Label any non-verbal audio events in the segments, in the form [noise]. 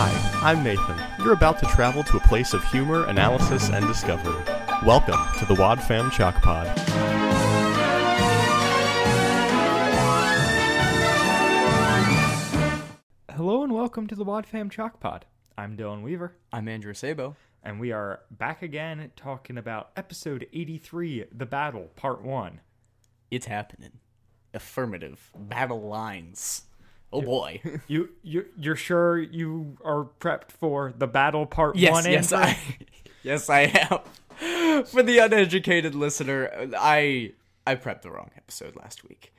I'm Nathan. You're about to travel to a place of humor, analysis, and discovery. Welcome to the Wad Fam Chalk Pod. Hello and welcome to the Wad Fam Chalk Pod. I'm Dylan Weaver, I'm Andrew Sabo. and we are back again talking about episode 83, The Battle, Part 1. It's happening. Affirmative. Battle lines. Oh boy. [laughs] You, you, you're sure you are prepped for The Battle, Part 1? yes, Andrew? [laughs] I, [laughs] yes, I am. [laughs] For the uneducated listener, I I prepped the wrong episode last week.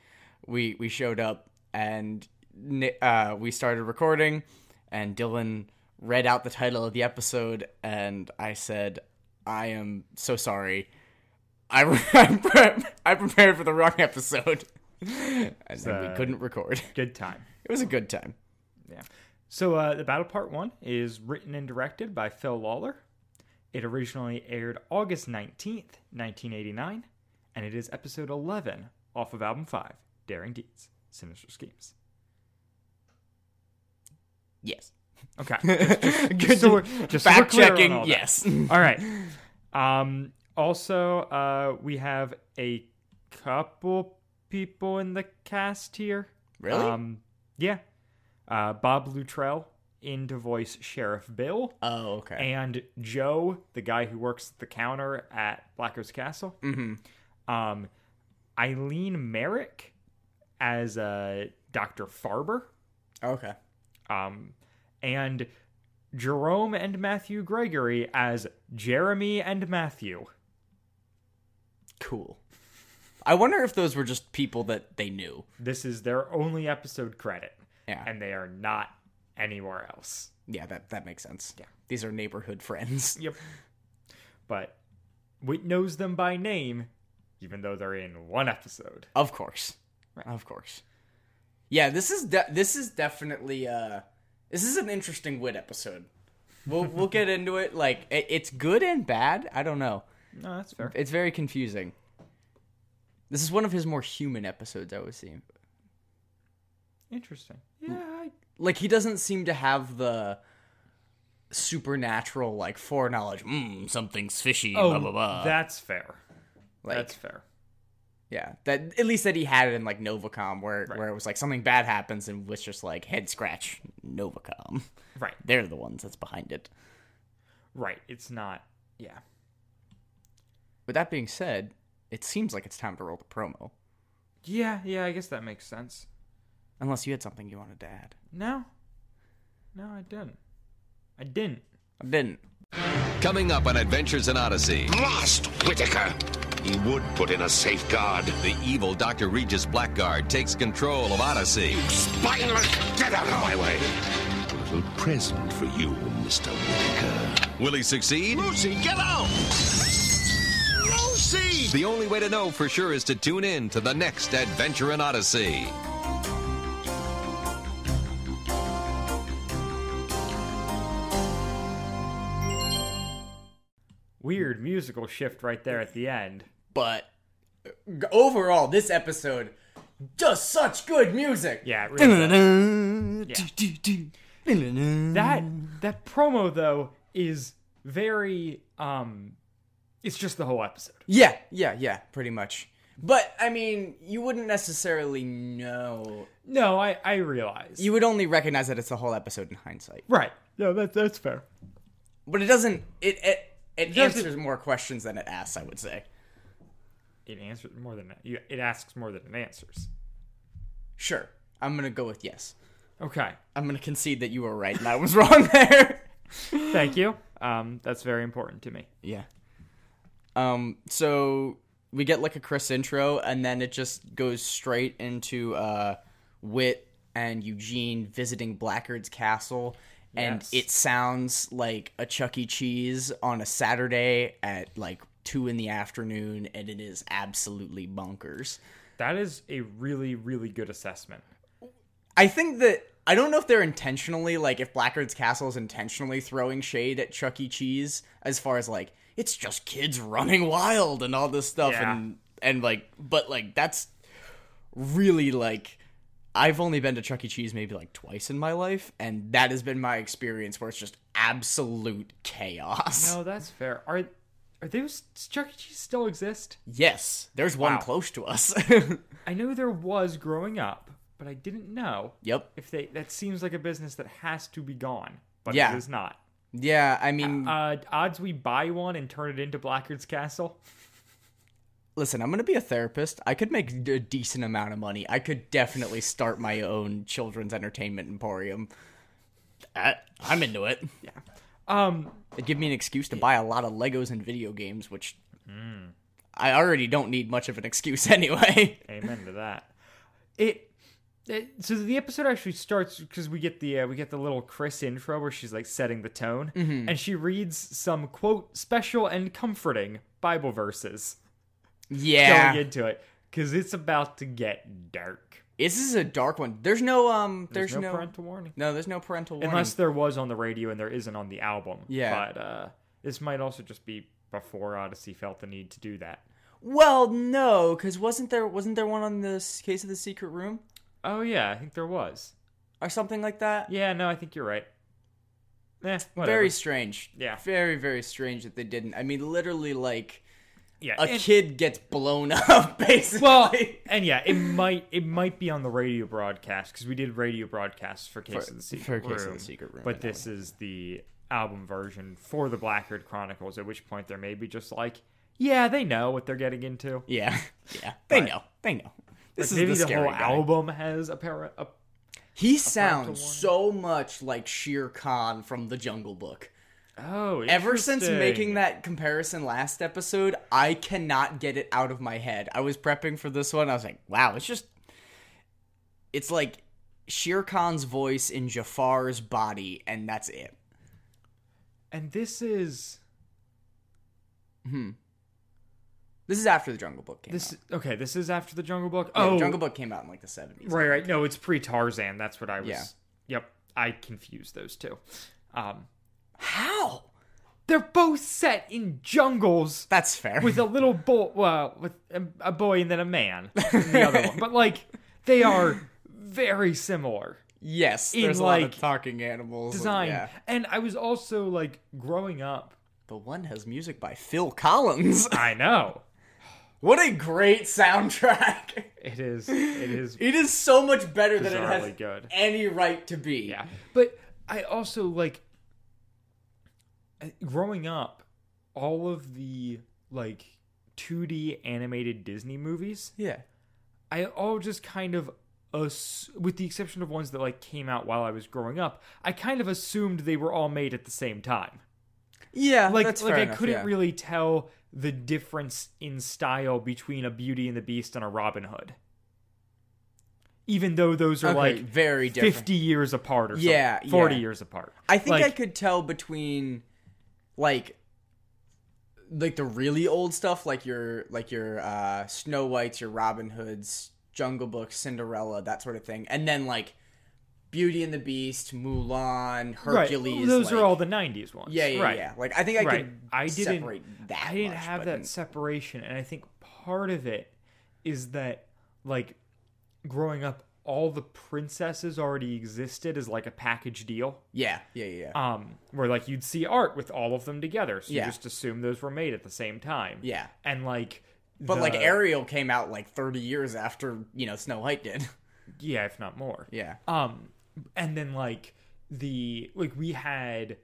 We we showed up and Ni- uh, we started recording, and Dylan read out the title of the episode, and I said, "I am so sorry. I [laughs] I, pre- I prepared for the wrong episode." [laughs] And then we So- couldn't record. [laughs] Good time. It was a good time. Yeah. So, uh, The Battle, Part 1 is written and directed by Phil Lawler. It originally aired August 19th, 1989, and it is episode 11 off of album 5, Daring Deeds, Sinister Schemes. Yes. Okay. [laughs] Good so to- we're- just so we're fact clear on checking. all that. yes. [laughs] All right. Um, also, uh, we have a couple people in the cast here. Really? Um, yeah. Uh, Bob Luttrell in to voice Sheriff Bill, oh, okay. and Joe, the guy who works at the counter at Blackout's Castle. mm-hmm. Um, Eileen Merrick as uh, Dr. Farber. Okay. um, and Jerome and Matthew Gregory as Jeremy and Matthew. Cool. I wonder if those were just people that they knew. This is their only episode credit, Yeah. and they are not anywhere else. yeah, that that makes sense. Yeah. These are neighborhood [laughs] friends. Yep. But Wit knows them by name, even though they're in one episode. Of course. Of course. Yeah, this is de- this is definitely uh this is an interesting wit episode. We'll we'll get into it like it, it's good and bad. I don't know. No, that's fair. It's very confusing. This is one of his more human episodes I would see. Interesting. Yeah, I, like he doesn't seem to have the supernatural like foreknowledge. Mm, something's fishy. blah blah blah. Oh, that's fair. like, that's fair. yeah, that at least that he had it in like Novacom, where where it was like something bad happens and was just like head scratch Novacom. [laughs] Right, They're the ones that's behind it. right. It's not. Yeah. With that being said, it seems like it's time to roll the promo. Yeah, yeah, I guess that makes sense. Unless you had something you wanted to add. No. No, I didn't. I didn't. I didn't. Coming up on Adventures in Odyssey, Blast Whitaker! He would put in a safeguard. the evil Dr. Regis Blackguard takes control of Odyssey. Spineless, get out of my way! A little present for you, Mr. Whitaker. Will he succeed? Lucy, get out! Lucy! The only way to know for sure is to tune in to the next Adventure in Odyssey. weird musical shift right there at the end. But uh, g- overall, this episode does such good music. Yeah, it really [laughs] does. That that that promo though is very um it's just the whole episode. [laughs] Yeah, yeah, yeah, pretty much. But I mean, you wouldn't necessarily know. No, I I realize. You would only recognize that it's the whole episode in hindsight. right. No, that that's fair. But it doesn't. It it, it doesn't- answers more questions than it asks. I would say. It answers more than that. You- It asks more than it answers. Sure, I'm gonna go with yes. Okay. I'm gonna concede that you were right and I was [laughs] wrong there. Thank you. Um that's very important to me. Yeah. Um. So we get like a Chris intro, and then it just goes straight into uh, Wit and Eugene visiting Blackguard's castle, and Yes. it sounds like a Chuck E. Cheese on a Saturday at like two in the afternoon, and it is absolutely bonkers. That is a really really good assessment. I think that I don't know if they're intentionally like if Blackguard's Castle is intentionally throwing shade at Chuck E. Cheese as far as like it's just kids running wild and all this stuff Yeah. and and like but like that's really like I've only been to Chuck E. Cheese maybe like twice in my life, and that has been my experience where it's just absolute chaos. No, that's fair. Are are those does Chuck E. Cheese still exist? Yes, there's one Wow. close to us. [laughs] I know there was growing up, but I didn't know yep. [laughs] if they. That seems like a business that has to be gone, but Yeah. it is not. Yeah, I mean, Uh, odds we buy one and turn it into Blackard's Castle. listen, I'm gonna be a therapist. I could make a decent amount of money. I could definitely start my own children's entertainment emporium. I, I'm into it. Yeah. Um, It'd give me an excuse to buy a lot of Legos and video games, which I already don't need much of an excuse [laughs] anyway. amen to that. [laughs] It. it- So the episode actually starts because we get the uh, we get the little Chris intro where she's like setting the tone, Mm-hmm. and she reads some quote special and comforting Bible verses yeah. going into it because it's about to get dark. This is a dark one. There's no um. There's, no, no. parental warning. no, there's no parental warning. Unless there was on the radio and there isn't on the album. Yeah. But uh, this might also just be before Odyssey felt the need to do that. well, no, because wasn't there wasn't there one on this case of the secret room Oh, yeah, I think there was. or something like that? Yeah, no, I think you're right. Eh, whatever. Very strange. Yeah. Very very strange that they didn't. I mean, literally like yeah, a and- kid gets blown [laughs] up basically. [laughs] Well, and yeah, it might it might be on the radio broadcast because we did radio broadcasts for Case For- of the Secret for Room. Case of the Secret Room, but and that this is the album version for the Blackguard Chronicles. At which point there may be just like, yeah, they know what they're getting into. yeah. Yeah. They know. They know. This Maybe is the, the, whole scary guy. album has a para a He sounds so much like Shere Khan from The Jungle Book. Oh, Ever since making interesting. that comparison last episode, I cannot get it out of my head. I was prepping for this one. I was like, wow, it's just. It's like Shere Khan's voice in Jafar's body, and that's it. and this is This is after The Jungle Book came this. out. Okay, this is after the Jungle Book. Yeah, oh, The Jungle Book came out in like the 70s. Right, right. No, it's pre Tarzan. That's what I was. Yeah. Yep, I confused those two. Um, How? they're both set in jungles That's fair. with a little boy, well, with a, a boy and then a man. in the other one, but like they are very similar. [laughs] yes, in, there's a lot like, of talking animals. and- Design, yeah. and I was also like growing up. But one has music by Phil Collins. [laughs] I know what a great soundtrack! [laughs] it is. It is It is so much better than it has Bizarrely good. any right to be. Yeah. But I also like I- growing up, all of the like 2D animated Disney movies, Yeah. I all just kind of ass- with the exception of ones that like came out while I was growing up, I kind of assumed they were all made at the same time. Yeah. Like Uh, that's like fair I enough, couldn't yeah. really tell the difference in style between a Beauty and the Beast and a Robin Hood. Even though those are Okay, like very different. 50 years apart or something, Yeah, 40 yeah. years apart. I think I Like, could tell between like like the really old stuff like your like your uh Snow Whites, your Robin Hoods, Jungle Book, Cinderella, that sort of thing. And then like Beauty and the Beast, Mulan, right, Hercules. Those like- are all the 90s ones. Yeah, yeah, right. yeah. Like I think I right. could I didn't separate that. I didn't much, have but- that separation and I think part of it is that like growing up all the princesses already existed as like a package deal. Yeah, yeah, yeah. yeah. um, where like you'd see art with all of them together, so Yeah. you just assume those were made at the same time. Yeah. and like, But like Ariel came out like 30 years after, you know, Snow White did. [laughs] yeah, if not more. Yeah. Um, and then like the like we had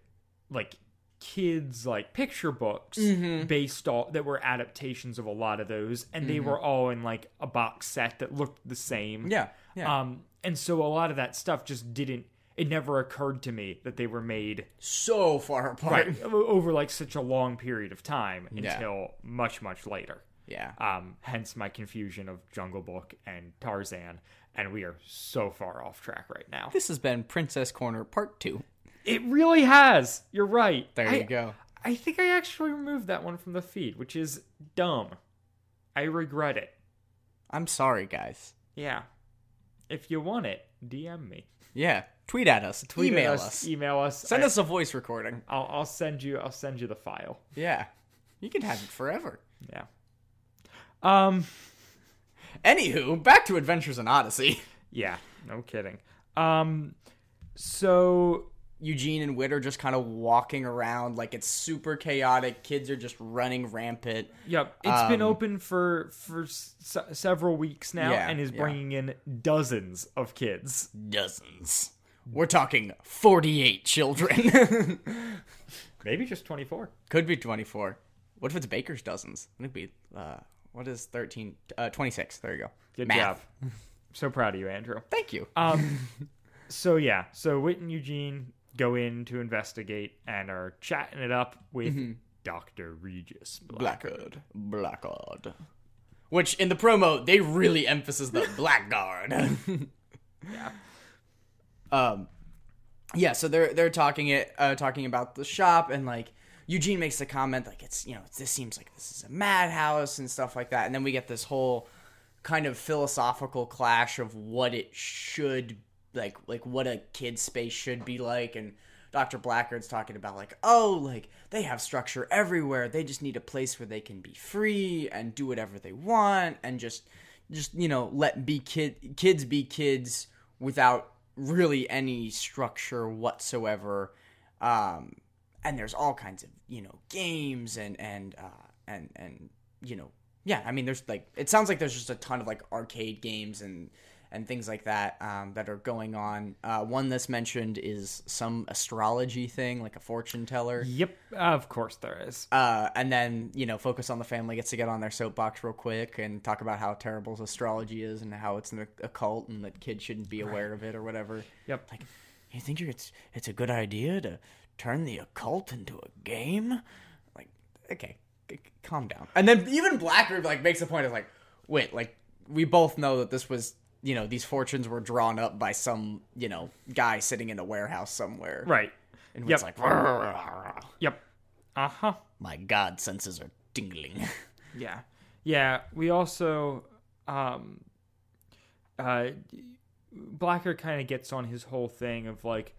like kids like picture books Mm-hmm. based off that were adaptations of a lot of those, and they were all in like a box set that looked the same. Mm-hmm. Yeah. Yeah. Um, and so a lot of that stuff just didn't. It never occurred to me that they were made so far apart. right o- over like such a long period of time until Yeah. much much later Yeah. um hence my confusion of jungle book and tarzan and we are so far off track right now This has been Princess Corner Part 2. it really has you're right There I- you go. i think i actually removed that one from the feed which is dumb i regret it I'm sorry, guys. yeah if you want it dm me Yeah. Tweet at us. Tweet at email us. email us E- Send I, us a voice recording. I'll, I'll send you i'll send you the file Yeah. You can have it forever. yeah um Anywho, back to Adventures in Odyssey. Yeah, no kidding. Um, so Eugene and Whit are just kind of walking around like it's super chaotic. Kids are just running rampant. Yep, it's been open for for s- several weeks now, Yeah, and is yeah. bringing in dozens of kids. Dozens. We're talking 48 children. [laughs] Maybe just twenty four. Could be 24. What if it's Baker's dozens? It'd be uh what is 13 uh 26. There you go. Good Math. job. So proud of you, Andrew. Um, Thank you. So yeah, so Whit and Eugene go in to investigate and are chatting it up with Doctor Regis Black. Blackguard. Blackguard. Which in the promo they really emphasize the blackguard. [laughs] Um yeah, so they're they're talking it uh, talking about the shop and like Eugene makes the comment like it's you know this seems like this is a madhouse and stuff like that and then we get this whole kind of philosophical clash of what it should like like what a kid's space should be like and Dr. Blackard's talking about like oh like they have structure everywhere they just need a place where they can be free and do whatever they want and just just you know let be kid kids be kids without really any structure whatsoever um and there's all kinds of you know games and and uh and and you know yeah i mean there's like it sounds like there's just a ton of like arcade games and and things like that um, that are going on uh, one that's mentioned is some astrology thing like a fortune teller Yep, of course there is. uh, and then you know focus on the family gets to get on their soapbox real quick and talk about how terrible astrology is and how it's an occult and that kids shouldn't be aware of it or whatever Yep. like you think you're, it's it's a good idea to turn the occult into a game like okay c- c- calm down and then even blackbeard like makes a point of like wait like we both know that this was you know these fortunes were drawn up by some you know guy sitting in a warehouse somewhere Right. and Yep. it's like "Rrrr." Yep. Uh huh. my god senses are tingling [laughs] Yeah. Yeah. We also, um, uh, Blacker kind of gets on his whole thing of like,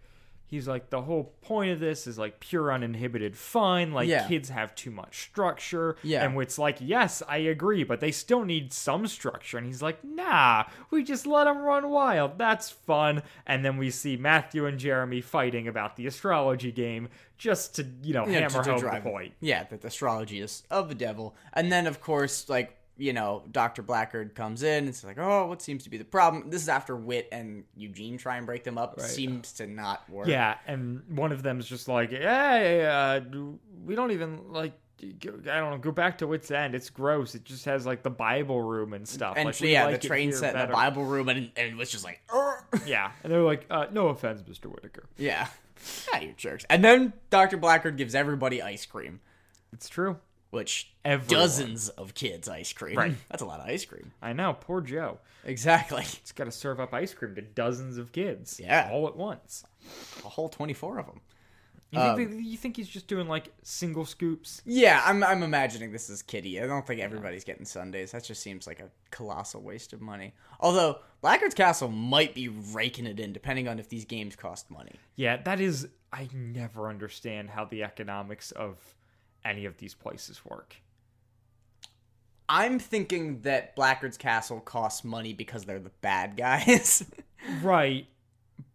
he's like, the whole point of this is like pure uninhibited fun. Like, Yeah. kids have too much structure. Yeah. And it's like, yes, I agree, but they still need some structure. And he's like, nah, we just let them run wild. That's fun. And then we see Matthew and Jeremy fighting about the astrology game just to, you know, Yeah, hammer to- to home drive the it. point. Yeah, that the astrology is of the devil. And then, of course, like, you know, Dr. Blackard comes in and it's like, oh, what seems to be the problem? This is after Wit and Eugene try and break them up. Seems to not work. Yeah, and one of them's just like, "Hey, uh, we don't even like." go- I don't know. Go back to Wits End. It's gross. It just has like the Bible room and stuff. And like, we yeah, like the it train here set in better. the Bible room and, and it was just like, "Ugh." Yeah, and they're like, uh, "No offense, Mister Whitaker." yeah. Yeah, you jerks. And then Dr. Blackard gives everybody ice cream, It's true. which Everyone. dozens of kids ice cream. Right. That's a lot of ice cream. I know. Poor Joe. Exactly. He's got to serve up ice cream to dozens of kids. Yeah. all at once. A whole 24 of them. You, think, Um, they- you think he's just doing like single scoops? Yeah, I'm I'm imagining this is kitty. I don't think everybody's getting Sundays. That just seems like a colossal waste of money. Although Blackguard's Castle might be raking it in, depending on if these games cost money. Yeah, that is. I never understand how the economics of any of these places work. I'm thinking that Blackguard's Castle costs money because they're the bad guys, [laughs] Right,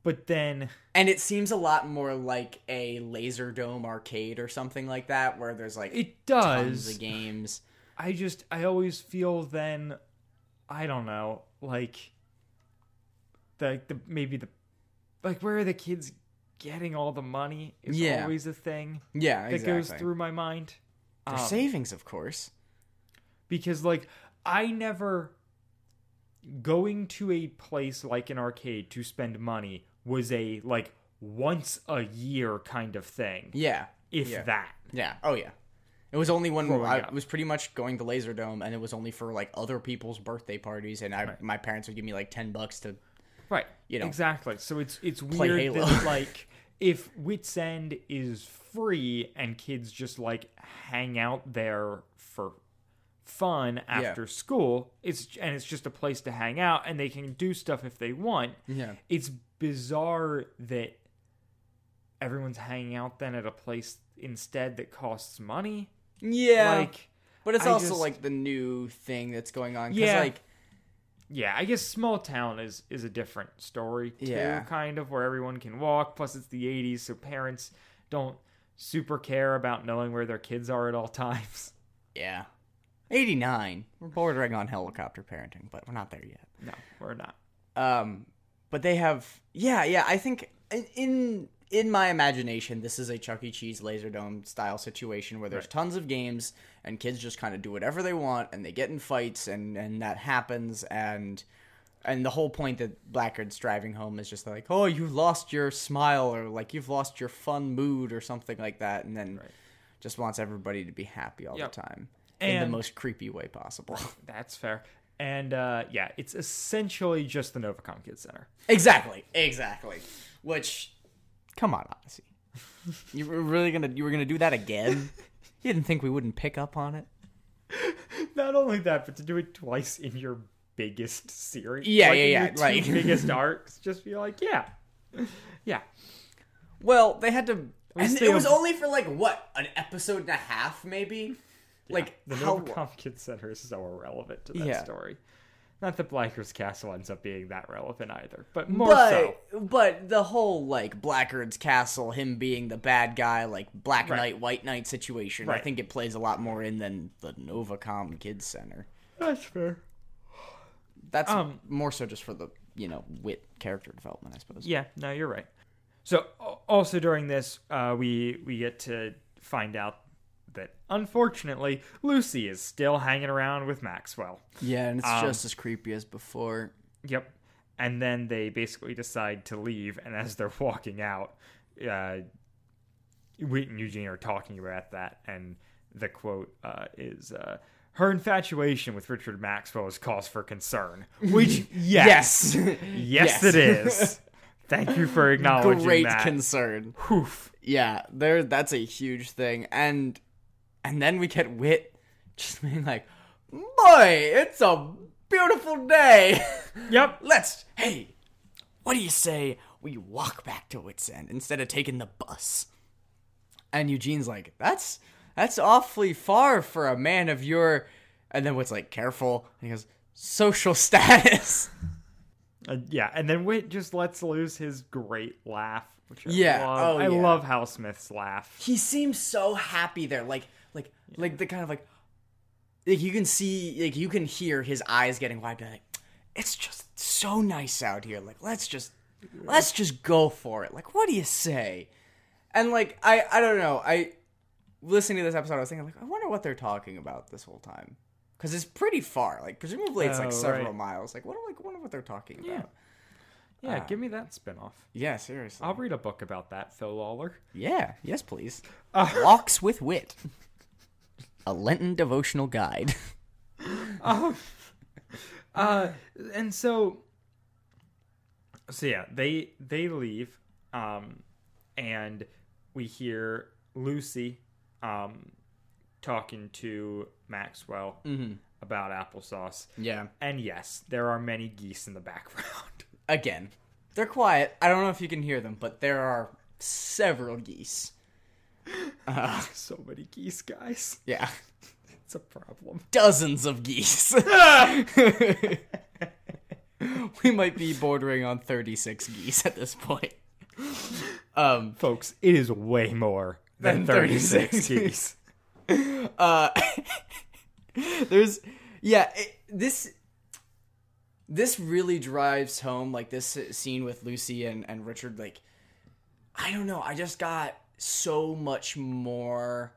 but then. and it seems a lot more like a Laser Dome arcade or something like that, where there's like It tons does. of games. I just I always feel then I don't know, like the the maybe the like where are the kids getting all the money is Yeah. always a thing Yeah, that exactly. goes through my mind Their savings, of course. because like I never going to a place like an arcade to spend money was a like once a year kind of thing Yeah, if yeah. that Yeah. Oh yeah. It was only when Growing I up. was pretty much going to Laserdome, and it was only for like other people's birthday parties, and I my parents would give me like ten bucks to. Right. you know, exactly. So it's it's play weird Halo. [laughs] that like if Wits End is free and kids just like hang out there for fun after school, it's and it's just a place to hang out and they can do stuff if they want. Yeah. It's bizarre that everyone's hanging out then at a place instead that costs money. Yeah. Like but it's I also just- like the new thing that's going on. 'cause, Yeah. Like yeah, I guess small town is is a different story too, Yeah. kind of where everyone can walk. Plus, it's the '80s, so parents don't super care about knowing where their kids are at all [laughs] times. Yeah. 89. We're bordering on helicopter parenting, but we're not there yet. No, we're not. Um, but they have, yeah, yeah. I think in- in in my imagination, this is a Chuck E. Cheese Laserdome style situation where there's tons of games and kids just kind of do whatever they want and they get in fights and and that happens and and the whole point that Blackguard's driving home is just like, oh, you lost your smile or like you've lost your fun mood or something like that, and then. Just wants everybody to be happy all Yep. the time in And- the most creepy way possible. That's fair. And uh, yeah, it's essentially just the Novacom Kids Center. Exactly. Exactly. Which, come on, [laughs] Odyssey. You were really gonna you were gonna do that again? [laughs] you didn't think we wouldn't pick up on it? Not only that, but to do it twice in your biggest series, Yeah, like yeah, in yeah, your two like- [laughs] biggest arcs, just be like, yeah, yeah. Well, they had to. And stay it was over- only for like what an episode and a half, maybe. like The how? Novacom Kids Center is so irrelevant to that Yeah. story. Not that Blackers Castle ends up being that relevant either, but more But so. but the whole like Blackguard's Castle, him being the bad guy, like Black Right. Knight, White Knight situation. I Right. think it plays a lot more in than the Novacom Kids Center. That's fair. That's Um, more so just for the you know wit character development, I suppose. Yeah, no, you're right. So a- also during this, uh, we we get to find out that unfortunately Lucy is still hanging around with Maxwell. Yeah, and it's just as creepy as before. Yep. And then they basically decide to leave, and as they're walking out, uh, Wheat and Eugene are talking about that, and the quote uh, is. Uh, her infatuation with Richard Maxwell is cause for [laughs] concern. Which, yes, yes, it is. [laughs] Thank you for acknowledging Great that. concern. Poof. Yeah, there that's a huge thing. And and then we get wit just [laughs] being like, "Boy, it's a beautiful day. [laughs] Yep. Let's hey, what do you say we walk back to Wits End instead of taking the bus?" And Eugene's like, "That's that's awfully far for a man of your." And then Wit's like, "Careful." And he goes, "Social [laughs] status." Uh, yeah, and then Wit just lets loose his great laugh, which I Yeah, love. oh, I yeah. love Hal Smith's laugh. he seems so happy there like like like the kind of like like you can see like you can hear his eyes getting wide be like it's just so nice out here like let's just let's just go for it like what do you say and like i i don't know i listening to this episode i was thinking like i wonder what they're talking about this whole time because it's pretty far like presumably it's Oh, like several right. miles like what like wonder what they're talking about Yeah, give me that spinoff. yeah seriously I'll read a book about that, Phil Lawler. Yeah, yes, please. Walks with Wit. A Lenten devotional guide. [laughs] [laughs] Uh, And so, so yeah, they they leave, um, and we hear Lucy, um, talking to Maxwell about applesauce. Yeah. And yes, there are many geese in the background. [laughs] Again, they're quiet. I don't know if you can hear them, but there are several geese. so many geese, guys. Yeah. It's a problem. Dozens of geese. [laughs] Ah! we might be bordering on 36 geese at this point. Um, folks, it is way more than, Than 36 36. geese. Uh, [laughs] there's yeah it, this this really drives home like this scene with lucy and and richard like i don't know i just got so much more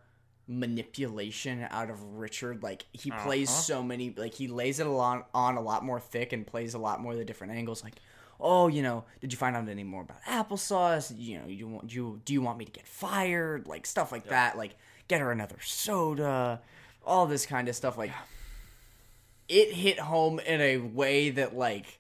manipulation out of richard like he plays so many like he lays it a lot on a lot more thick and plays a lot more of the different angles like oh you know did you find out any more about applesauce you know you want you do you want me to get fired like stuff like that like get her another soda all this kind of stuff like it hit home in a way that like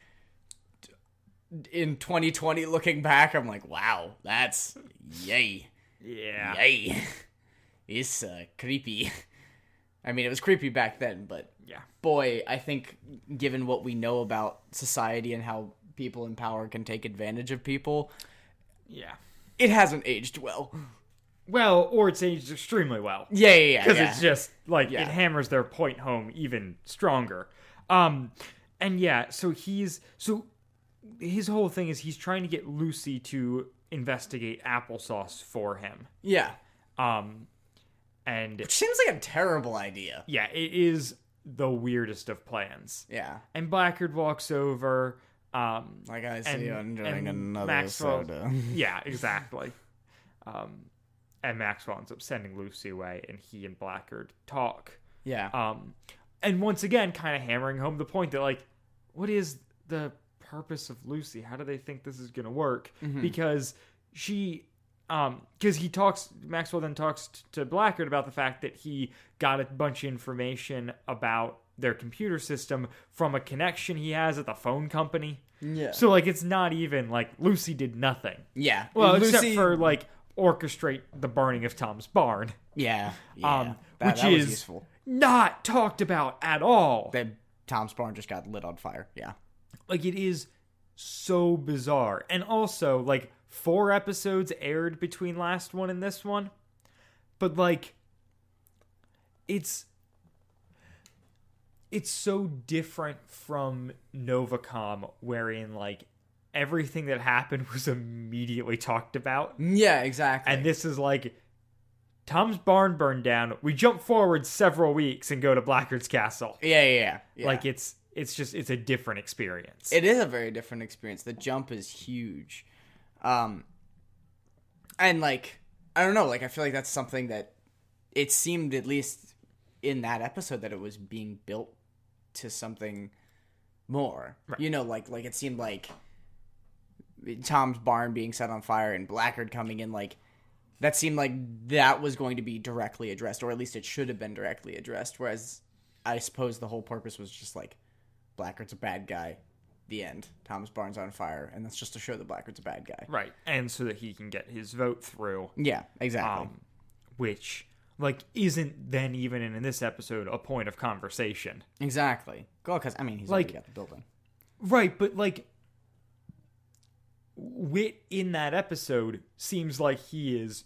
in 2020 looking back i'm like wow that's yay Yeah. yay [laughs] it's uh, creepy [laughs] i mean it was creepy back then but Yeah. boy i think given what we know about society and how people in power can take advantage of people Yeah. it hasn't [laughs] aged well Well, or it's aged extremely well. yeah yeah yeah, Because yeah. it's just like Yeah. it hammers their point home even stronger. Um and yeah, so he's so his whole thing is he's trying to get Lucy to investigate applesauce for him. Yeah. Um, and Which seems like a terrible idea. yeah, it is the weirdest of plans. Yeah. And Blackard walks over. Um, Like I see you and enjoying another Maxwell- uh, soda. [laughs] yeah, exactly. Um, and Maxwell ends up sending Lucy away, and he and Blackard talk. Yeah. Um, and once again, kind of hammering home the point that like, what is the purpose of Lucy? How do they think this is gonna work? Mm-hmm. Because she, um, because he talks, Maxwell then talks t- to Blackard about the fact that he got a bunch of information about their computer system from a connection he has at the phone company. Yeah. So like, it's not even like Lucy did nothing. yeah. Well, Lucy, except for like orchestrate the burning of Tom's barn yeah. yeah. um, That- which that was is useful. not talked about at all. That Tom's barn just got lit on fire. Yeah. like it is so bizarre, and also like four episodes aired between last one and this one, but like it's it's so different from Novacom, wherein like everything that happened was immediately talked about. Yeah. Exactly. And this is like Tom's barn burned down. We jump forward several weeks and go to Blackard's castle. yeah, yeah. Yeah. yeah. Like it's it's just it's a different experience. It is a very different experience. The jump is huge. Um and like I don't know, like I feel like that's something that it seemed at least in that episode that it was being built to something more. You know, like like it seemed like Tom's barn being set on fire and Blackard coming in like that seemed like that was going to be directly addressed or at least it should have been directly addressed whereas I suppose the whole purpose was just like Blackard's a bad guy. The end. Thomas Barnes on fire, and that's just to show that Blackard's a bad guy. right. And so that he can get his vote through, Yeah, exactly. um, which like isn't then even in this episode a point of conversation. exactly. Well, because I mean, he's like- already got the building. Right, but like Wit in that episode seems like he is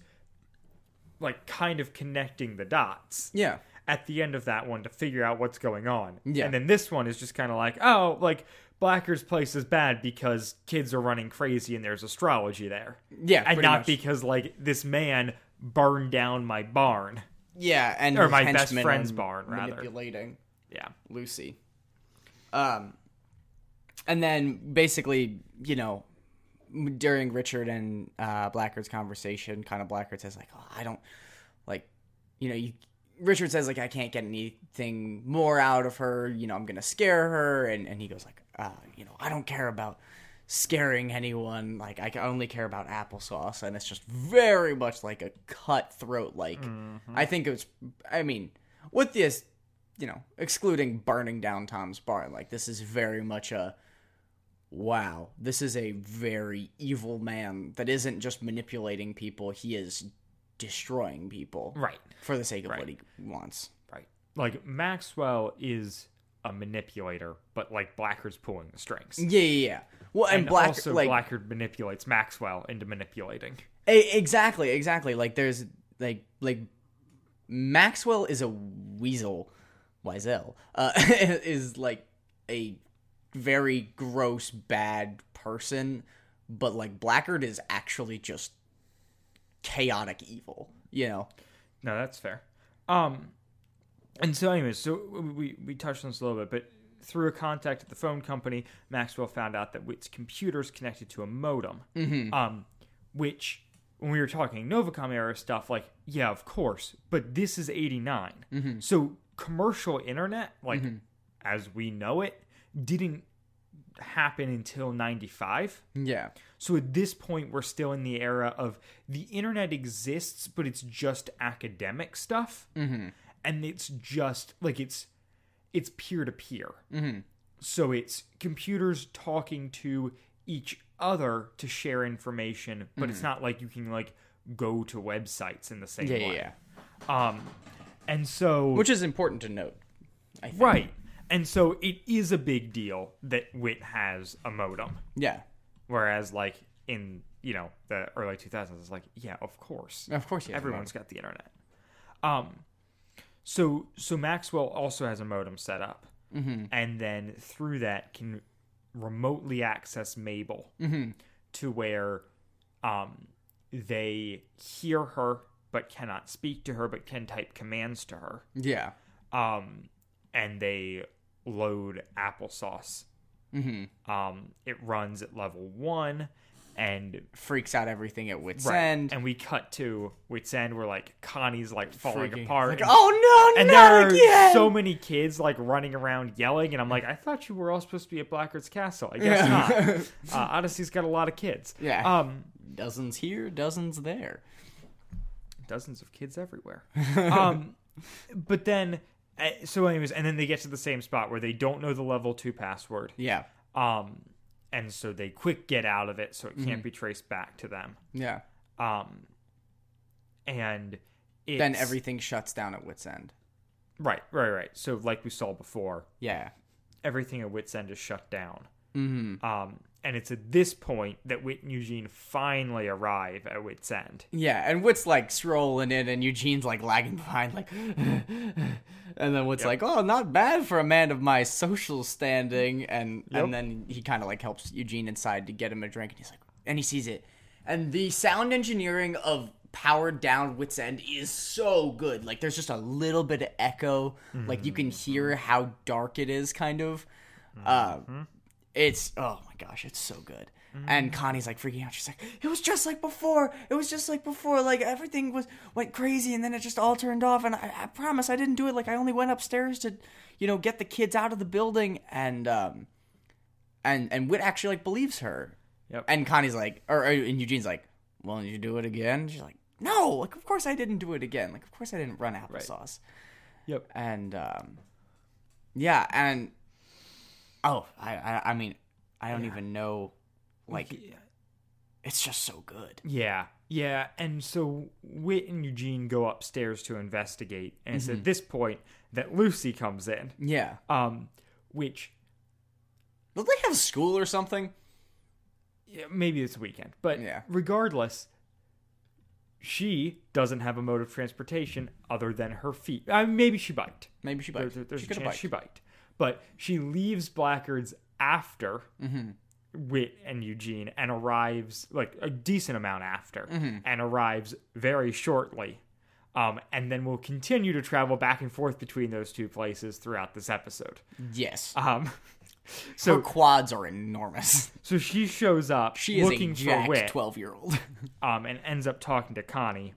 like kind of connecting the dots. Yeah, at the end of that one to figure out what's going on. Yeah. And then this one is just kind of like, oh, like Blacker's place is bad because kids are running crazy and there's astrology there. yeah, and pretty not much. because like this man burned down my barn. yeah, and Or his my best henchmen friend's are barn, rather. manipulating Yeah. Lucy. Um, and then basically, you know, during Richard and uh, Blackard's conversation, kind of Blackard says like, oh, I don't like, you know, you. Richard says like, I can't get anything more out of her. You know, I'm gonna scare her, and and he goes like, uh, you know, I don't care about scaring anyone. Like, I can only care about applesauce, and it's just very much like a cutthroat. Like, I think it was. I mean, with this, you know, excluding burning down Tom's barn, like this is very much a wow, this is a very evil man that isn't just manipulating people, he is destroying people. Right. For the sake of what he wants. Right. Like Maxwell is a manipulator, but like Blacker's pulling the strings. Yeah, yeah, yeah. Well, and, And Black, also like, Blacker manipulates Maxwell into manipulating. e- exactly, exactly. Like, there's, like, like, Maxwell is a weasel, Wiesel, uh, [laughs] is like a very gross, bad person, but like Blackard is actually just chaotic evil, you know? No, that's fair. Um, and so, anyways, so we we touched on this a little bit, but through a contact at the phone company, Maxwell found out that Wit's computer is connected to a modem. Um, which when we were talking Novacom era stuff, like yeah, of course, but this is '89, so commercial internet, like as we know it, didn't happen until '95. Yeah. So at this point, we're still in the era of the internet exists, but it's just academic stuff, mm-hmm. and it's just like it's it's peer to peer. Mm-hmm. So it's computers talking to each other to share information, but it's not like you can like go to websites in the same Mm-hmm. Yeah, yeah, way. yeah. Um, and so Which is important to note. I think. right, and so it is a big deal that Wit has a modem. Yeah. Whereas, like in you know the early 2000s, it's like, yeah, of course, Of course, yeah. everyone's got the internet. Um, so so Maxwell also has a modem set up, and then through that can remotely access Mabel to where um, they hear her but cannot speak to her but can type commands to her Yeah. um, and they load applesauce. Mm-hmm. Um, it runs at level one, and Freaks out everything at wit's and, end. we cut to wits end where like Connie's like falling Freaking- apart, Like, and, oh no, and there not are again. so many kids like running around yelling, and I'm like, I thought you were all supposed to be at Blackguard's Castle. I guess [laughs] Yeah. not. Uh, Odyssey's got a lot of kids. Yeah. Um, dozens here, dozens there. dozens of kids everywhere. [laughs] um, but then, uh, so anyways, and then they get to the same spot where they don't know the level two password. Yeah. Um, and so they quick get out of it so it can't Mm-hmm. be traced back to them. Yeah. Um, and it's, Then everything shuts down at wit's end. right, right, right. So like we saw before, Yeah. everything at Wits End is shut down. Mm-hmm. Um, and it's at this point that Wit and Eugene finally arrive at Wits End. Yeah, and Wit's like strolling in, and Eugene's like lagging behind, like, [laughs] and then Wit's like, "Oh, not bad for a man of my social standing," and and then he kind of like helps Eugene inside to get him a drink, and he's like, and he sees it, and the sound engineering of powered down Wit's End is so good. Like, there's just a little bit of echo, like you can hear how dark it is, kind of. Uh, it's oh my gosh, it's so good. And Connie's like freaking out. She's like, "It was just like before. It was just like before. Like everything was went crazy, and then it just all turned off. And I, I promise, I didn't do it. Like I only went upstairs to, you know, get the kids out of the building. And um, and and Whit actually like believes her. Yep. And Connie's like, or, or- and Eugene's like, "Well, did you do it again?" She's like, "No. Like of course I didn't do it again. Like of course I didn't run applesauce." Yep. And um, yeah, and oh, I I, I mean, I don't even know. Like it's just so good. Yeah. Yeah. And so Wit and Eugene go upstairs to investigate. And it's at this point that Lucy comes in, Yeah. um, which Don't they have school or something? yeah, maybe it's a weekend, but Yeah. regardless, she doesn't have a mode of transportation other than her feet. I mean, maybe she biked. Maybe she There- biked. there- there's she a could chance have biked. she biked, but she leaves Blackguard's after Mm-hmm. Wit and Eugene and arrives like a decent amount after, Mm-hmm. and arrives very shortly. Um, and then will continue to travel back and forth between those two places throughout this episode. yes. Um, [laughs] Her so quads are enormous. [laughs] so she shows up She is looking a jacked for Wit, twelve-year-old. [laughs] um, and ends up talking to Connie.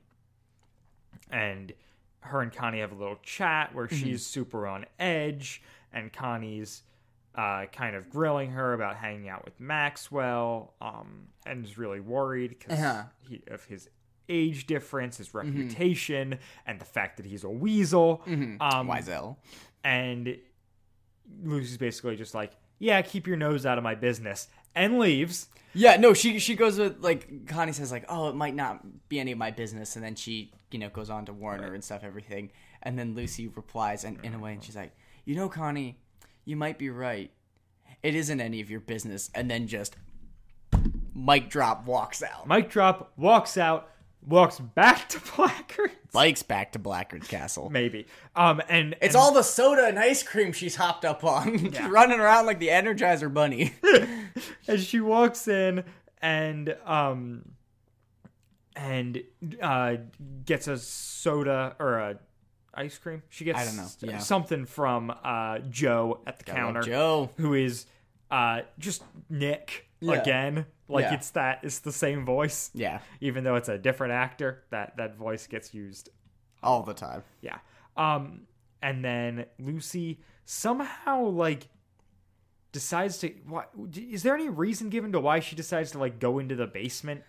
And her and Connie have a little chat where she's super on edge, and Connie's uh, kind of grilling her about hanging out with Maxwell, um, and is really worried because Uh-huh. of his age difference, his reputation, and the fact that he's a weasel. Um, Wiesel. and Lucy's basically just like, "Yeah, keep your nose out of my business," and leaves. Yeah, no, she she goes with like Connie says like, "Oh, it might not be any of my business," and then she you know goes on to warn her and stuff everything, and then Lucy replies and in a way, and she's like, "You know, Connie, you might be right. It isn't any of your business," and then just mic drop walks out. Mic drop, walks out, walks back to [laughs] Blackard. Bikes back to Blackard Castle. Maybe. Um, and It's all the soda and ice cream she's hopped up on, [laughs] running around like the Energizer [laughs] Bunny. as she walks in and um and uh gets a soda or a ice cream. She gets I don't know. Yeah. something from uh Joe at the love counter. Joe. who is uh just Nick Yeah. again. Like Yeah. it's that it's the same voice. yeah, Even though it's a different actor, that that voice gets used all the time. Yeah. Um and then Lucy somehow like decides to why is there any reason given to why she decides to like go into the basement?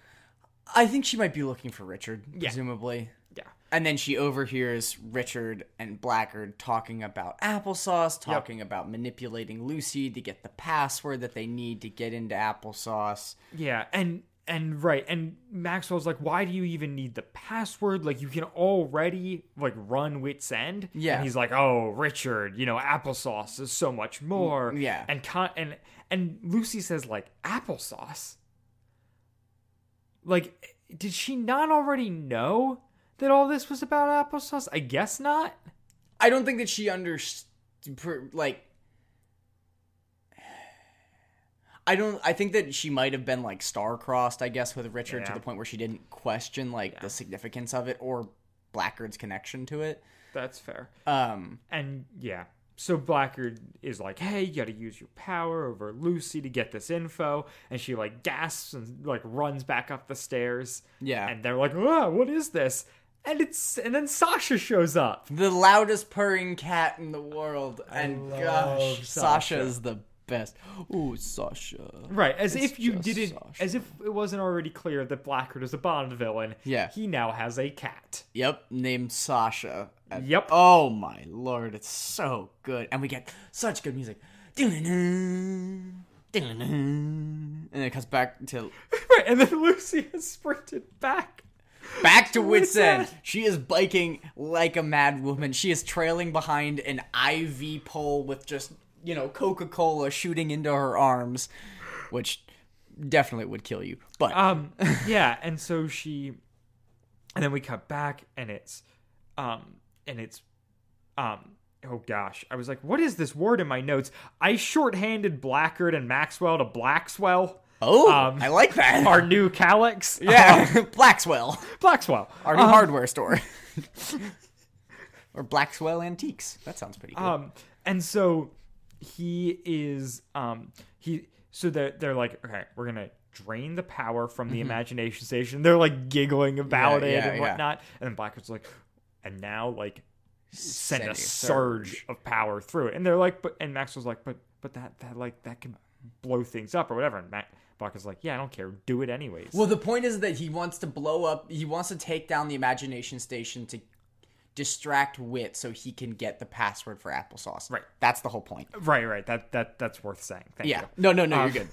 I think she might be looking for Richard, presumably. Yeah. And then she overhears Richard and Blackard talking about applesauce, talking about manipulating Lucy to get the password that they need to get into applesauce. Yeah, and and right, and Maxwell's like, why do you even need the password? Like you can already like run wits end. Yeah. And he's like, oh, Richard, you know, applesauce is so much more. Mm, yeah. And con- and and Lucy says like applesauce. Like, did she not already know that all this was about applesauce? I guess not. I don't think that she understood, like, I don't. I think that she might have been like star-crossed, I guess, with Richard to Yeah. the point where she didn't question like the significance of it or Blackguard's connection to it. That's fair. Um, And yeah. So Blackard is like, "Hey, you got to use your power over Lucy to get this info," and she like gasps and like runs back up the stairs. Yeah. and they're like, "Ah, what is this?" And it's and then Sasha shows up. the loudest purring cat in the world, and gosh, Sasha. is the best. Ooh, Sasha. Right, as if you just didn't, Sasha. as if it wasn't already clear that Blackard is a Bond villain. Yeah. he now has a cat. Yep, named Sasha. And- Yep. Oh my lord, it's so good, and we get such good music. Dun-dun-dun, dun-dun-dun. And it comes back to Right, and then [laughs] Lucy has sprinted back. back to wits Wits end. End. She is biking like a mad woman. She is trailing behind an IV pole with just you know Coca Cola shooting into her arms, which definitely would kill you. But Um, yeah, and so she, and then we cut back, and it's, um, and it's, um, oh gosh, I was like, what is this word in my notes? I shorthanded Blackard and Maxwell to Blackswell, oh, um, I like that. [laughs] our new Calyx. yeah, Blackswell. [laughs] Blackswell. Our new hardware store. [laughs] or Blackswell Antiques. That sounds pretty cool. Um, and so he is, um, he, so they're, they're like, okay, we're gonna drain the power from the imagination station. They're like giggling about it Mm-hmm. yeah, and yeah. whatnot. And then Blackard's like, and now like send, Send a a surge. of power through it. And they're like, but and Max was like, but but that that like that can blow things up or whatever. And Mac Bach is like, yeah, I don't care, do it anyways. well, the point is that he wants to blow up, he wants to take down the imagination station to distract Wit so he can get the password for applesauce. Right. That's the whole point. right, right. That that that's worth saying. Thank Yeah. you. No, no, no, Um, you're good.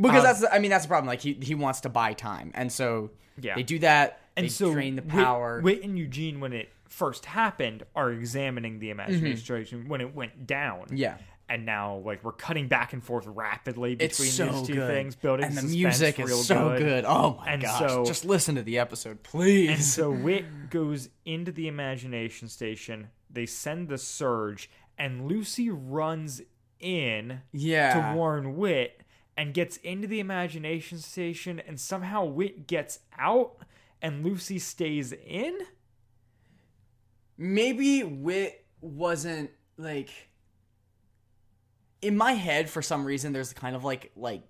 Because that's, the, I mean, that's the problem. Like, he, he wants to buy time. And so Yeah. they do that, And they so drain the Wit- power. Wit, and Eugene, when it first happened, are examining the imagination situation when it went down. Yeah. And now, like we're cutting back and forth rapidly between it's so these two good. things, building and the suspense music real is so good. Oh my And gosh! so- Just listen to the episode, And please. so Wit goes into the imagination station. They send the surge, and Lucy runs in Yeah. to warn Wit and gets into the imagination station. And somehow Wit gets out, and Lucy stays in. maybe wit wasn't like in my head for some reason there's kind of like like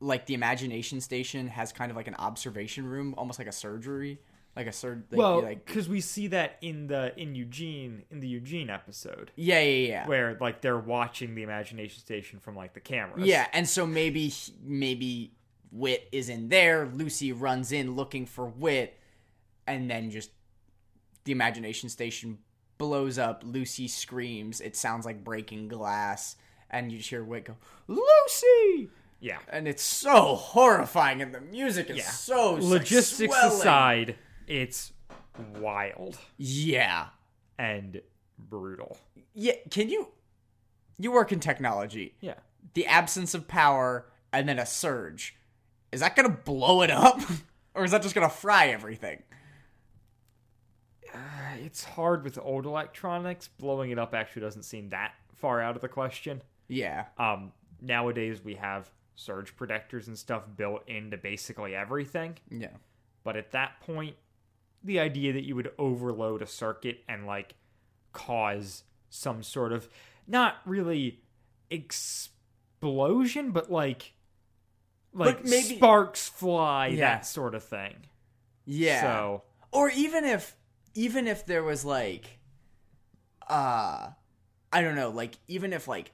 like the imagination station has kind of like an observation room almost like a surgery like a surg like, well, like because we see that in the in Eugene in the Eugene episode yeah yeah yeah where like they're watching the imagination station from like the cameras. yeah and so maybe he- maybe wit is in there lucy runs in looking for wit and then just the imagination station blows up lucy screams it sounds like breaking glass and you just hear wit go lucy yeah. and it's so horrifying and the music is Yeah. so like, Logistics swelling. aside, it's wild. yeah and brutal. yeah can you you work in technology Yeah. the absence of power and then a surge is that gonna blow it up [laughs] or is that just gonna fry everything It's hard with old electronics. Blowing it up actually doesn't seem that far out of the question. yeah Um, nowadays, we have surge protectors and stuff built into basically everything. yeah But at that point, the idea that you would overload a circuit and like cause some sort of not really explosion, but like like maybe- sparks fly, Yeah. that sort of thing. yeah So or even if even if there was like uh i don't know like even if like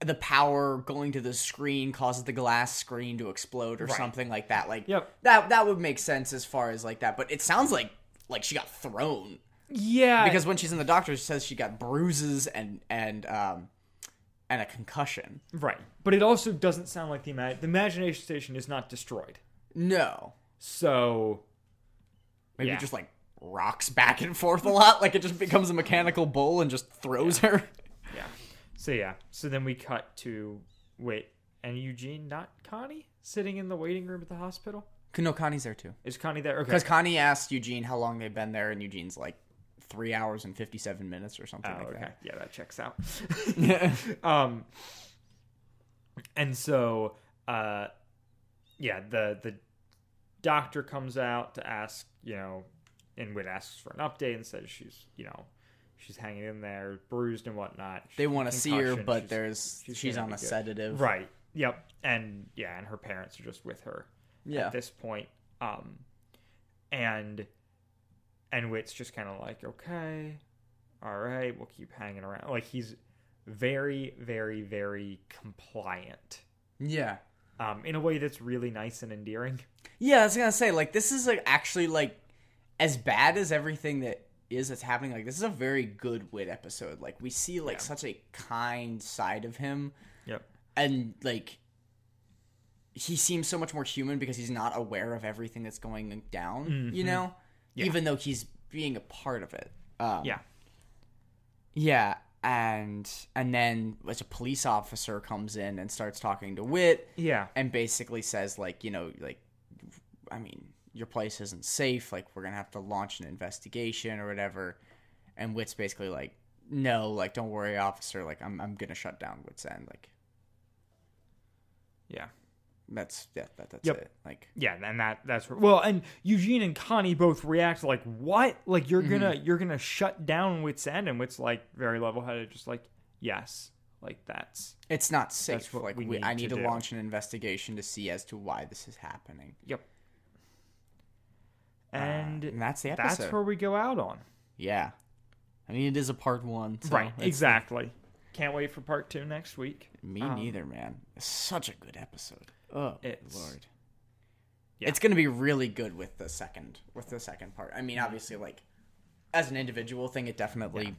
the power going to the screen causes the glass screen to explode or something like that like Yep. that that would make sense as far as like that but it sounds like like she got thrown yeah, because when she's in the doctor she says she got bruises and and um and a concussion Right. But it also doesn't sound like the, ima- the imagination station is not destroyed. no So, maybe Yeah. just like rocks back and forth a lot like it just becomes a mechanical bull and just throws her yeah. So, yeah. So then we cut to Wit and Eugene, not Connie, sitting in the waiting room at the hospital. No, Connie's there too. Is Connie there? Okay. Because Connie asked Eugene how long they've been there, and Eugene's like three hours and fifty-seven minutes or something Oh, like okay. [laughs] that. Yeah, that checks out. Yeah. um, And so, uh, yeah, the the doctor comes out to ask, you know, and Wit asks for an update and says she's, you know, she's hanging in there, bruised and whatnot. They want to see her, Concussion, but she's- there's she's, she's gonna on be a good. sedative. right. Yep. And yeah, and her parents are just with her Yeah. at this point. Um, and and Wit's just kind of like, okay, all right, we'll keep hanging around. Like he's very, very, very compliant Yeah. um, in a way that's really nice and endearing. Yeah, I was gonna say like this is like actually like as bad as everything that is that's happening. Like this is a very good wit episode. Like we see like such a kind side of him, Yep. and like he seems so much more human because he's not aware of everything that's going down. You know, even though he's being a part of it. Um, Yeah. Yeah, and and then as a police officer comes in and starts talking to Wit Yeah. and basically says like, you know, like I mean, your place isn't safe, like we're going to have to launch an investigation or whatever. And Wit's basically like, no, like don't worry officer, like I'm I'm going to shut down Wit's end, like Yeah. that's yeah, that, that's Yep. it. Like Yeah, and that that's well, and Eugene and Connie both react like, "What? Like you're gonna you're gonna shut down Wit's End?" And Wit's like very level headed, just like, "Yes, like that's it's not safe. That's what like we we, need I to need to, do. launch an investigation to see as to why this is happening. yep." Uh, And, and that's the That's episode. where we go out on. Yeah. I mean, it is a part 1, so right, it's- exactly. Can't wait for part two next week. Me neither, man. It's such a good episode. Oh, Um, It's- lord. Yeah. It's going to be really good with the second with the second part. I mean, obviously like as an individual thing it definitely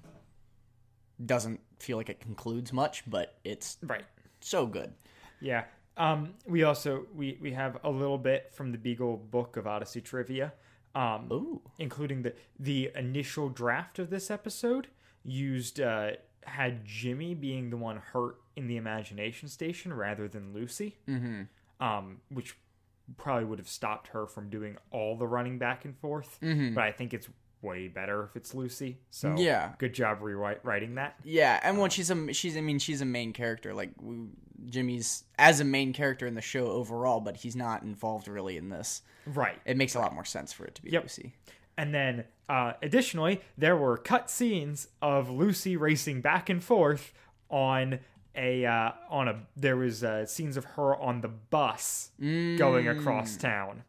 doesn't feel like it concludes much, but it's Right. so good. Yeah. Um, we also we we have a little bit from the Beagle Book of Odyssey trivia, um, Ooh. including the the initial draft of this episode used uh, had Jimmy being the one hurt in the imagination station rather than Lucy, mm-hmm. um, which probably would have stopped her from doing all the running back and forth. But I think it's way better if it's Lucy. So Yeah. good job rewriting that. Yeah, and when she's a she's I mean, she's a main character like we, Jimmy's as a main character in the show overall, but he's not involved really in this. Right. It makes a lot more sense for it to be Yep. Lucy. And then, uh, additionally, there were cut scenes of Lucy racing back and forth on a uh, on a. There was uh, scenes of her on the bus going Mm. across town,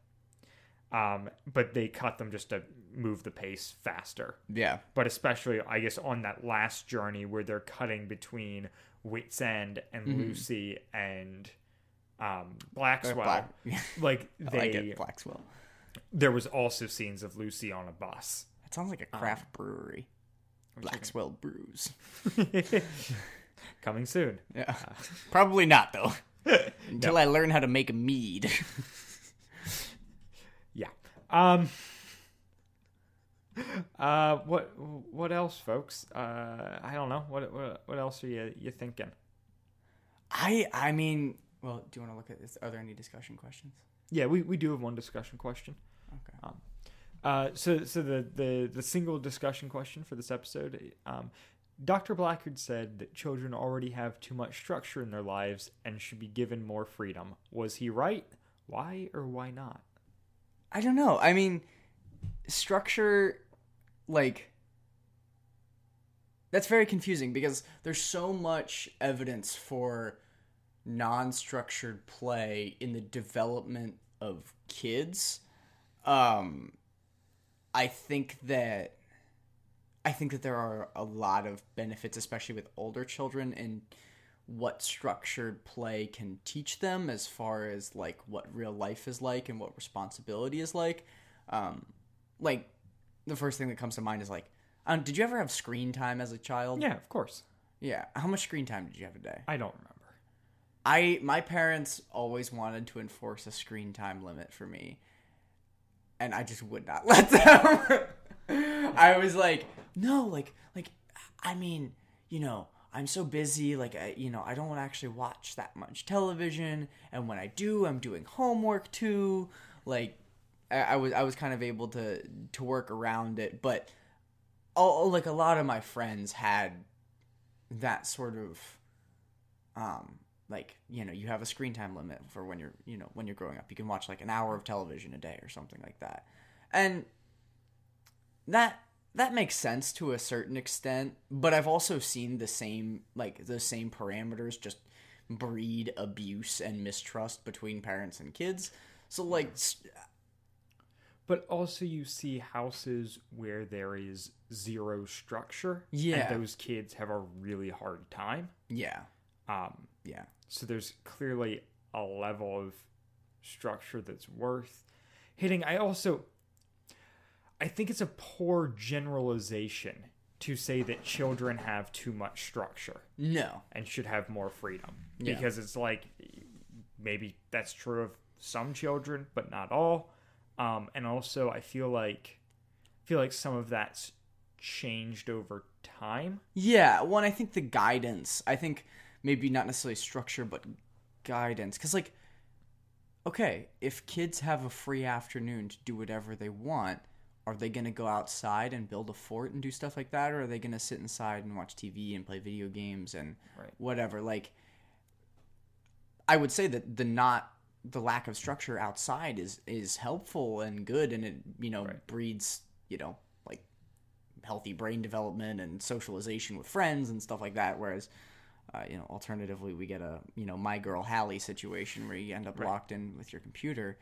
um, but they cut them just to move the pace faster. Yeah. But especially, I guess, on that last journey where they're cutting between Wits End and Mm-hmm. Lucy and um, Blackswell, Black- [laughs] like I they like it, Blackswell. there was also scenes of Lucy on a bus. That sounds like a craft brewery. Blackswell Brews. [laughs] Coming soon. Yeah. Probably not though. [laughs] Until I learn how to make a mead. Yeah. Um uh what what else folks? Uh I don't know. What what, what else are you you thinking? [laughs] I I mean, well, do you want to look at this? Are there any discussion questions? Yeah, we, we do have one discussion question. Okay. Um, uh, so so the, the, the single discussion question for this episode um, Dr. Blackard said that children already have too much structure in their lives and should be given more freedom. Was he right? Why or why not? I don't know. I mean, structure like that's very confusing because there's so much evidence for non-structured play in the development of kids. Um I think that I think that there are a lot of benefits especially with older children and what structured play can teach them as far as like what real life is like and what responsibility is like um like the first thing that comes to mind is like um, did you ever have screen time as a child Yeah, of course. yeah how much screen time did you have a day I don't remember. i my parents always wanted to enforce a screen time limit for me and i just would not [laughs] let them i was like no like like i mean you know i'm so busy like I, you know i don't want to actually watch that much television and when i do i'm doing homework too like i, I was i was kind of able to to work around it but all, like a lot of my friends had that sort of um like you know you have a screen time limit for when you're you know when you're growing up you can watch like an hour of television a day or something like that and that that makes sense to a certain extent but i've also seen the same like the same parameters just breed abuse and mistrust between parents and kids so like s- But also, you see houses where there is zero structure. Yeah. And those kids have a really hard time. yeah Um, yeah so there's clearly a level of structure that's worth hitting. I also, I think it's a poor generalization to say that children have too much structure no and should have more freedom Yeah. because it's like maybe that's true of some children but not all um, and also i feel like I feel like some of that's changed over time Yeah, well, and I think the guidance. I think maybe not necessarily structure, but guidance. Because, like, okay, if kids have a free afternoon to do whatever they want, are they going to go outside and build a fort and do stuff like that? Or are they going to sit inside and watch TV and play video games and Right. whatever? Like, I would say that the not the lack of structure outside is is helpful and good and it you know breeds you know like healthy brain development and socialization with friends and stuff like that. Whereas, uh, you know, alternatively, we get a you know my girl Hallie situation where you end up locked in with your computer.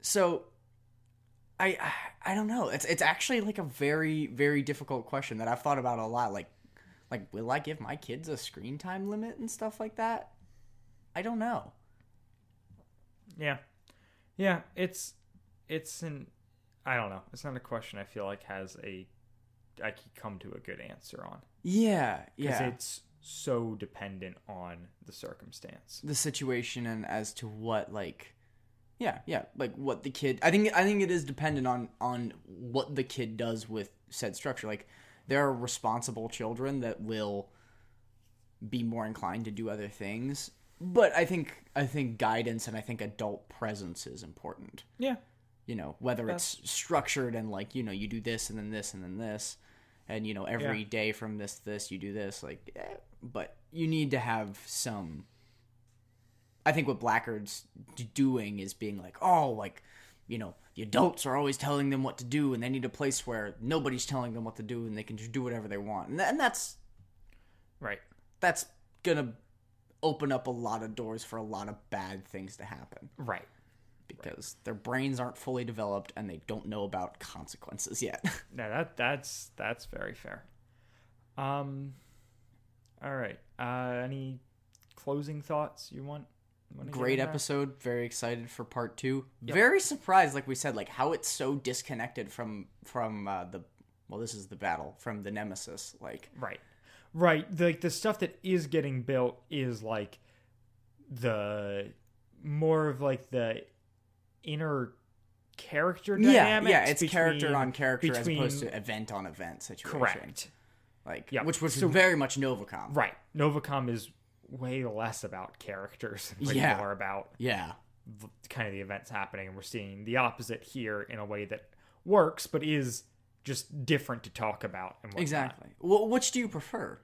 So, I I- I don't know. It's it's actually like a very very difficult question that I've thought about a lot. Like like will I give my kids a screen time limit and stuff like that? I don't know. yeah yeah it's it's an i don't know it's not a question i feel like has a i could come to a good answer on Yeah, because yeah. it's so dependent on the circumstance the situation and as to what like yeah yeah like what the kid i think i think it is dependent on on what the kid does with said structure like there are responsible children that will be more inclined to do other things but i think i think guidance and i think adult presence is important yeah you know whether it's structured and like you know you do this and then this and then this and you know every Yeah. day from this to this you do this like eh, but you need to have some i think what blackard's d- doing is being like oh like you know the adults are always telling them what to do and they need a place where nobody's telling them what to do and they can just do whatever they want and, tha- and that's right that's gonna open up a lot of doors for a lot of bad things to happen right because their brains aren't fully developed and they don't know about consequences yet. [laughs] No, that that's that's very fair. Um, all right. Uh, any closing thoughts you want? wanna get Great in there? episode. Very excited for part two. Very surprised, like we said, like how it's so disconnected from from uh, the well, this is the battle from the nemesis. Like Right, right. Like the stuff that is getting built is like the more of like the inner character yeah, dynamics. yeah, it's character between- on character as opposed between- to event on event situation. correct. Like Yeah. which was very much Novacom. Right. Novacom is way less about characters. and way Yeah. More about Yeah. v- kind of the events happening and we're seeing the opposite here in a way that works but is just different to talk about and whatnot. Exactly. Well, which do you prefer?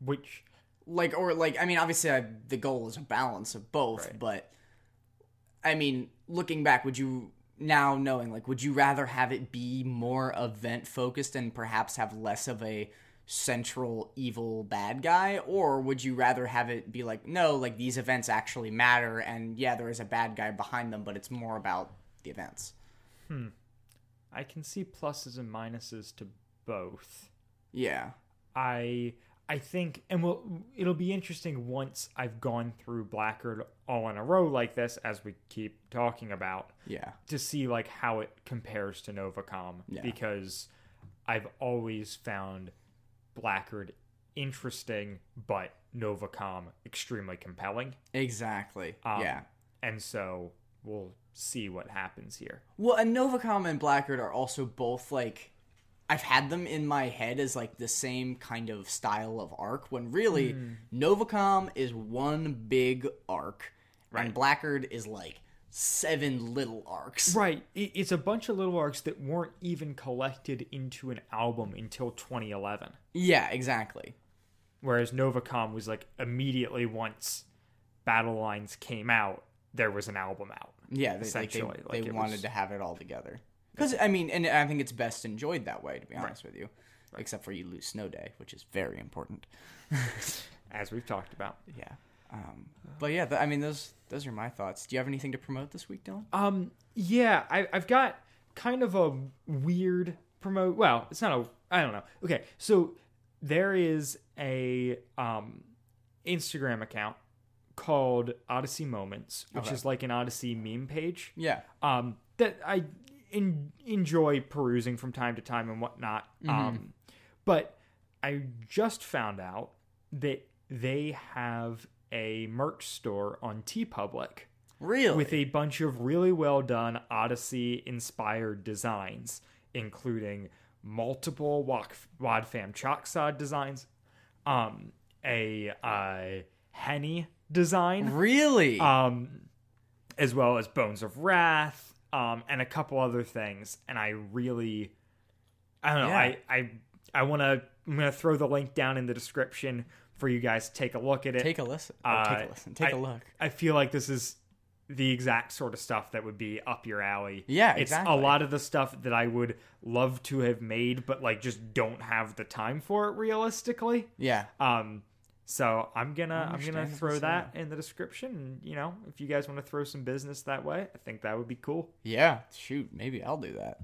which like or like i mean obviously I, the goal is a balance of both but i mean looking back would you now knowing like would you rather have it be more event focused and perhaps have less of a central evil bad guy or would you rather have it be like no like these events actually matter and yeah there is a bad guy behind them but it's more about the events i can see pluses and minuses to both yeah i i think and we'll it'll be interesting once i've gone through blackguard all in a row like this as we keep talking about yeah to see like how it compares to Novacom Yeah. because I've always found Blackard interesting, but Novacom extremely compelling. exactly yeah and so we'll see what happens here. Well, and Novacom and Blackguard are also both like I've had them in my head as like the same kind of style of arc when really Hmm. Novacom is one big arc and Blackguard is like seven little arcs. Right, i- it's a bunch of little arcs that weren't even collected into an album until 2011. Yeah, exactly. Whereas Novacom was like immediately once Battle Lines came out, there was an album out. Yeah, they, like, they, Essentially, like, they it wanted was- to have it all together. Because I mean, and I think it's best enjoyed that way, to be honest with you. Except for you lose Snow Day, which is very important. as we've talked about. Yeah. Um, but yeah, th- I mean, those those are my thoughts. Do you have anything to promote this week, Dylan? Um, yeah, I, I've got kind of a weird promote. Well, it's not a. I don't know. Okay, so there is a um, Instagram account called Odyssey Moments, which is like an Odyssey meme page. yeah. um, that I en enjoy perusing from time to time and whatnot. Um, but I just found out that they have a merch store on T Public Really? with a bunch of really well done Odyssey inspired designs, including multiple Wak- Wadfam Chaksad designs, um, a uh, Henny design really? um, as well as Bones of Wrath, um, and a couple other things. And I really, I don't know. Yeah. I I I want to. I'm gonna throw the link down in the description for you guys to take a look at it. take a listen. Oh, take Uh, a listen. Take I- a look. I feel like this is the exact sort of stuff that would be up your alley. Yeah, it's exactly. a lot of the stuff that I would love to have made, but like just don't have the time for it realistically. Yeah. Um, so I'm gonna I'm gonna Understandable, throw that in the description. You know, if you guys want to throw some business that way, I think that would be cool. Yeah. Shoot, maybe I'll do that.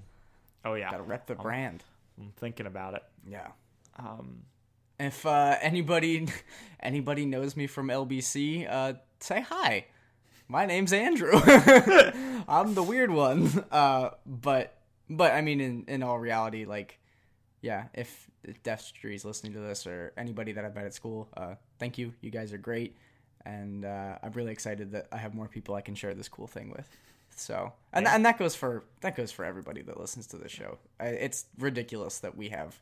Oh yeah, Gotta rep the brand. I'm thinking about it. Yeah. Um, if uh, anybody [laughs] anybody knows me from LBC, uh, say hi. My [laughs] name's Andrew. I'm the weird one. Uh, but but I mean, in in all reality, like, yeah. If Deaf Street is listening to this or anybody that I've met at school, uh, thank you. You guys are great, and uh, I'm really excited that I have more people I can share this cool thing with. So and and that goes for that goes for everybody that listens to the show. I- It's ridiculous that we have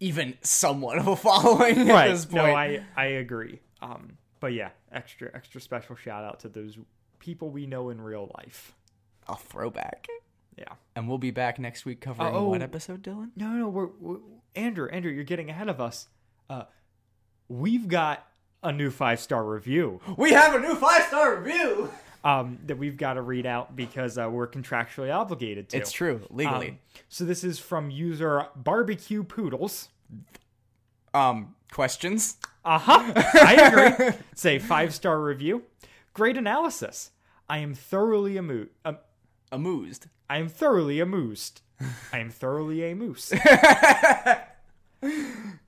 even somewhat of a [laughs] following at this point. No, I I agree. Um, but yeah, extra extra special shout out to those people we know in real life. a throwback. Yeah. And we'll be back next week covering Oh. what episode, Dylan? No, no, we're, we Andrew. Andrew, you're getting ahead of us. Uh, we've got a new five star review. We have a new five star review. um, that we've got to read out because uh, we're contractually obligated to. Um, It's true, legally. So this is from user barbecue poodles. Um, questions? Uh Uh-huh. huh. [laughs] I [laughs] agree. Say five star review. Great analysis. I am thoroughly amused. Um, Amused. I am thoroughly amused. I am thoroughly amused.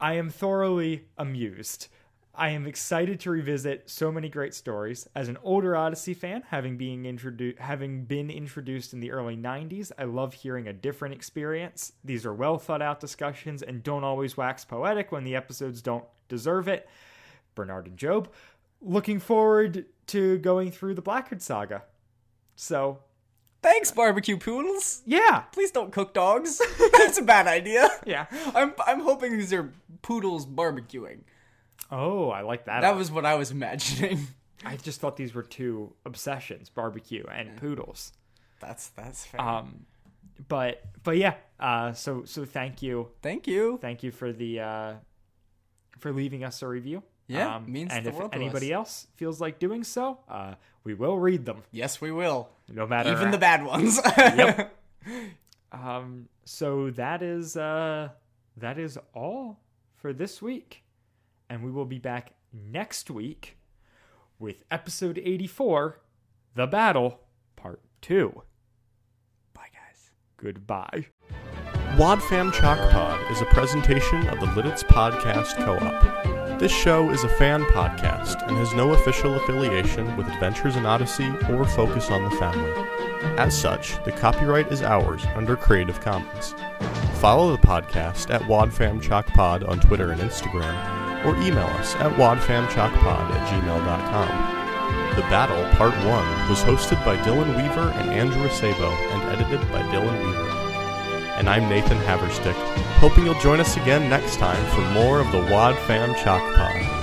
I am thoroughly amused. I am excited to revisit so many great stories. As an older Odyssey fan, having being introduced, having been introduced in the early '90s, I love hearing a different experience. These are well thought out discussions and don't always wax poetic when the episodes don't deserve it. Bernard and Job. Looking forward to going through the Blackard saga. So, Thanks, barbecue poodles. yeah, Please don't cook dogs. [laughs] That's a bad idea. yeah. I'm I'm hoping these are poodles barbecuing. Oh, I like that. That was what I was imagining. I just thought these were two obsessions: barbecue and poodles. That's that's fair. Um, but but yeah. Uh, so so thank you, Thank you. thank you for the uh, for leaving us a review. Um, Yeah, means and the if world to anybody else feels like doing so, uh, we will read them, yes, we will. no matter Even the bad ones. [laughs] Yep. Um, so that is uh, that is all for this week, and we will be back next week with episode eighty four, the battle part two. Bye, guys. Goodbye. Wadfam Chalk Pod is a presentation of the Lidditz Podcast Co op. This show is a fan podcast and has no official affiliation with Adventures in Odyssey or Focus on the Family. As such, the copyright is ours under Creative Commons. Follow the podcast at Wadfam Chalk Pod on Twitter and Instagram, or email us at wadfamchalkpod at gmail.com. The Battle Part 1 was hosted by Dylan Weaver and Andrew Sabo and edited by Dylan Weaver and I'm Nathan Haverstick, hoping you'll join us again next time for more of the Wad Fam Chalk Pod.